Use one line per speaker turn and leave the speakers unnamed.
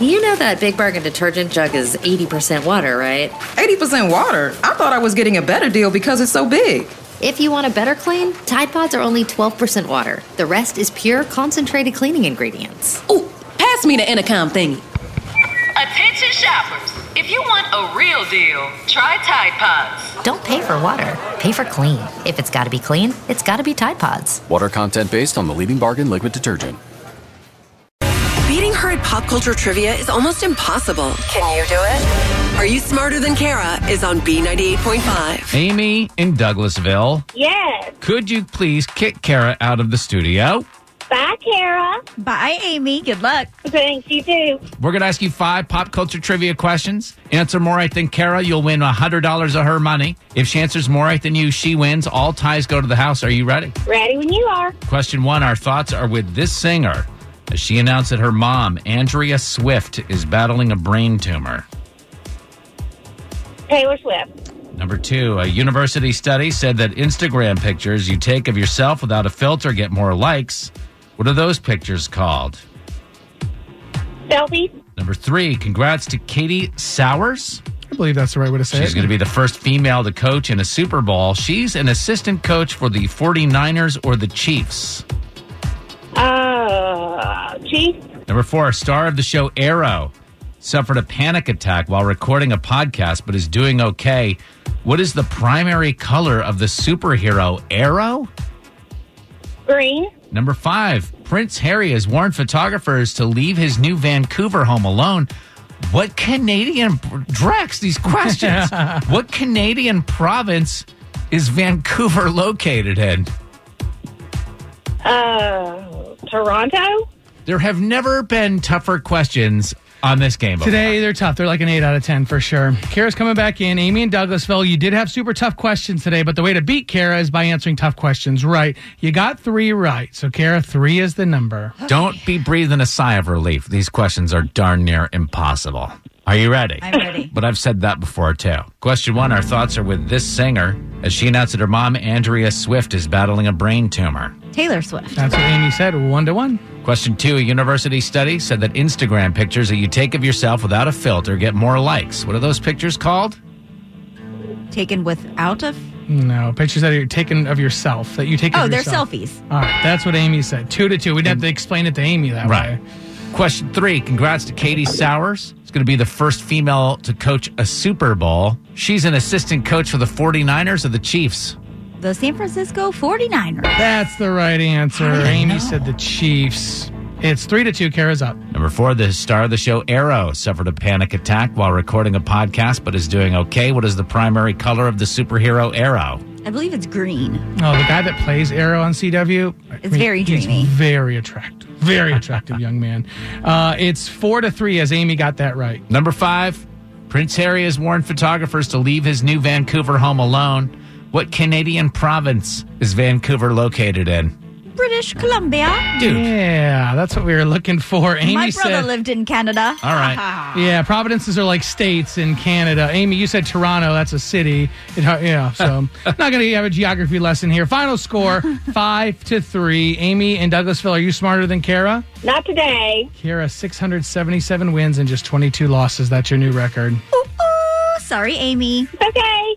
You know that Big Bargain detergent jug is 80% water, right?
80% water. I thought I was getting a better deal because it's so big.
If you want a better clean, Tide Pods are only 12% water. The rest is pure concentrated cleaning ingredients.
Ooh, pass me the intercom thingy.
Attention shoppers. If you want a real deal, try Tide Pods.
Don't pay for water, pay for clean. If it's gotta be clean, it's gotta be Tide Pods.
Water content based on the leading bargain liquid detergent.
Beating her at pop culture trivia is almost impossible.
Can you do it?
Are You Smarter Than Kara is on B98.5.
Amy in Douglasville,
Yes.
could you please kick Kara out of the studio?
Bye, Kara.
Bye, Amy. Good luck.
Thanks, you too.
We're going to ask you five pop culture trivia questions. Answer more right than Kara, you'll win $100 of her money. If she answers more right than you, she wins. All ties go to the house. Are you ready?
Ready when you are.
Question one Our thoughts are with this singer as she announced that her mom, Andrea Swift, is battling a brain tumor.
Taylor Swift.
Number two, a university study said that Instagram pictures you take of yourself without a filter get more likes. What are those pictures called?
Selfie.
Number three, congrats to Katie Sowers.
I believe that's the right way to say
She's
it.
going to be the first female to coach in a Super Bowl. She's an assistant coach for the 49ers or the Chiefs.
Uh, Chief.
Number four, star of the show Arrow suffered a panic attack while recording a podcast but is doing okay. What is the primary color of the superhero Arrow?
Green.
Number five, Prince Harry has warned photographers to leave his new Vancouver home alone. What Canadian Drex, these questions. what Canadian province is Vancouver located in?
Uh, Toronto.
There have never been tougher questions on this game. before.
Today, they're tough. They're like an 8 out of 10 for sure. Kara's coming back in. Amy and Douglasville, you did have super tough questions today, but the way to beat Kara is by answering tough questions right. You got three right. So, Kara, three is the number.
Don't be breathing a sigh of relief. These questions are darn near impossible. Are you ready?
I'm ready.
But I've said that before too. Question one Our thoughts are with this singer as she announced that her mom, Andrea Swift, is battling a brain tumor.
Taylor Swift.
That's what Amy said, one to one.
Question two A university study said that Instagram pictures that you take of yourself without a filter get more likes. What are those pictures called?
Taken without a.
No, pictures that you're taking of yourself, that you take
Oh,
of
they're
yourself.
selfies.
All right, that's what Amy said. Two to two. We'd have to explain it to Amy that
Right.
way.
Question three Congrats to Katie Sowers. She's going to be the first female to coach a Super Bowl. She's an assistant coach for the 49ers or the Chiefs.
The San Francisco 49ers.
That's the right answer. Amy said the Chiefs. It's three to two. Kara's up.
Number four, the star of the show Arrow suffered a panic attack while recording a podcast, but is doing okay. What is the primary color of the superhero Arrow?
I believe it's green.
Oh, the guy that plays Arrow on CW. I
It's very
he's
dreamy.
Very attractive. Very attractive young man. Uh, it's four to three as Amy got that right.
Number five, Prince Harry has warned photographers to leave his new Vancouver home alone. What Canadian province is Vancouver located in?
British Columbia.
Dude.
Yeah, that's what we were looking for. Amy
My brother
said.
lived in Canada. Ah.
All right.
yeah, Providences are like states in Canada. Amy, you said Toronto. That's a city. It, uh, yeah, so not going to have a geography lesson here. Final score five to three. Amy and Douglasville, are you smarter than Kara?
Not today.
Kara, 677 wins and just 22 losses. That's your new record.
Ooh, ooh. Sorry, Amy.
It's okay.